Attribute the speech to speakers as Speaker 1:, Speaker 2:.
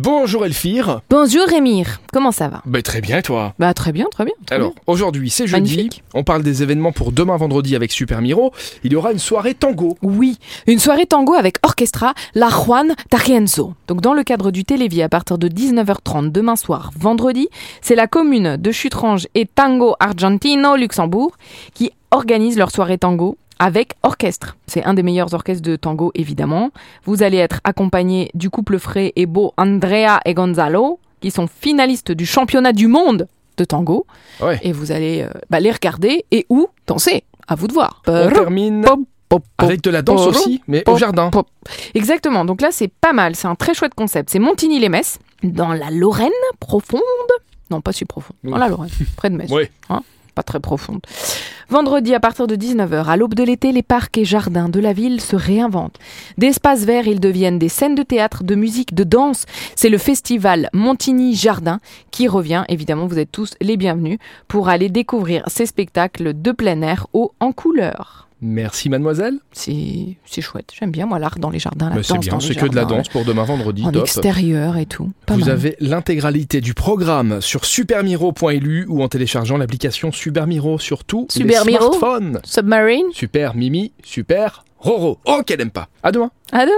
Speaker 1: Bonjour Elfire.
Speaker 2: Bonjour Rémir, comment ça va
Speaker 1: Bah, très bien et toi
Speaker 2: Bah très bien, très bien. très
Speaker 1: Alors,
Speaker 2: bien.
Speaker 1: aujourd'hui c'est jeudi,
Speaker 2: Magnifique.
Speaker 1: on parle des événements pour demain vendredi avec Super Miro, il y aura une soirée tango.
Speaker 2: Oui, une soirée tango avec orchestra La Juan Tarienzo. Donc dans le cadre du Télévis à partir de 19h30 demain soir, vendredi, c'est la commune de Chutrange et Tango Argentino Luxembourg qui organise leur soirée tango avec orchestre. C'est un des meilleurs orchestres de tango évidemment. Vous allez être accompagné du couple frais et beau Andrea et Gonzalo qui sont finalistes du championnat du monde de tango.
Speaker 1: Ouais.
Speaker 2: et vous allez euh, bah, les regarder et ou danser. À vous de voir.
Speaker 1: On termine
Speaker 2: Pop, pop, pop.
Speaker 1: avec de la danse
Speaker 2: pop,
Speaker 1: aussi, mais au
Speaker 2: pop,
Speaker 1: jardin.
Speaker 2: pop. Exactement. Donc là, c'est pas mal. C'est un très chouette concept. C'est Montigny-les-Messes, dans la Lorraine profonde. Non, pas si profonde. Dans
Speaker 1: Oui.
Speaker 2: la Lorraine, près de Metz.
Speaker 1: Ouais.
Speaker 2: Hein pas très profonde. Vendredi, à partir de 19h, à l'aube de l'été, les parcs et jardins de la ville se réinventent. D'espaces verts, ils deviennent des scènes de théâtre, de musique, de danse. C'est le festival Montigny Jardin qui revient. Évidemment, vous êtes tous les bienvenus pour aller découvrir ces spectacles de plein air haut en couleur.
Speaker 1: Merci mademoiselle.
Speaker 2: C'est c'est chouette. J'aime bien, moi, l'art dans les jardins, la
Speaker 1: Bah, c'est
Speaker 2: danse dans
Speaker 1: bien,
Speaker 2: les
Speaker 1: c'est que de la
Speaker 2: jardins,
Speaker 1: danse pour demain vendredi,
Speaker 2: En
Speaker 1: top.
Speaker 2: extérieur et tout. Pas
Speaker 1: Vous
Speaker 2: mal.
Speaker 1: avez l'intégralité du programme sur supermiro.lu ou en téléchargeant l'application Supermiro sur tous les
Speaker 2: Super Miro
Speaker 1: smartphones.
Speaker 2: Submarine
Speaker 1: Super Mimi, super Roro. Oh qu'elle aime pas. À demain.
Speaker 2: À Ah, demain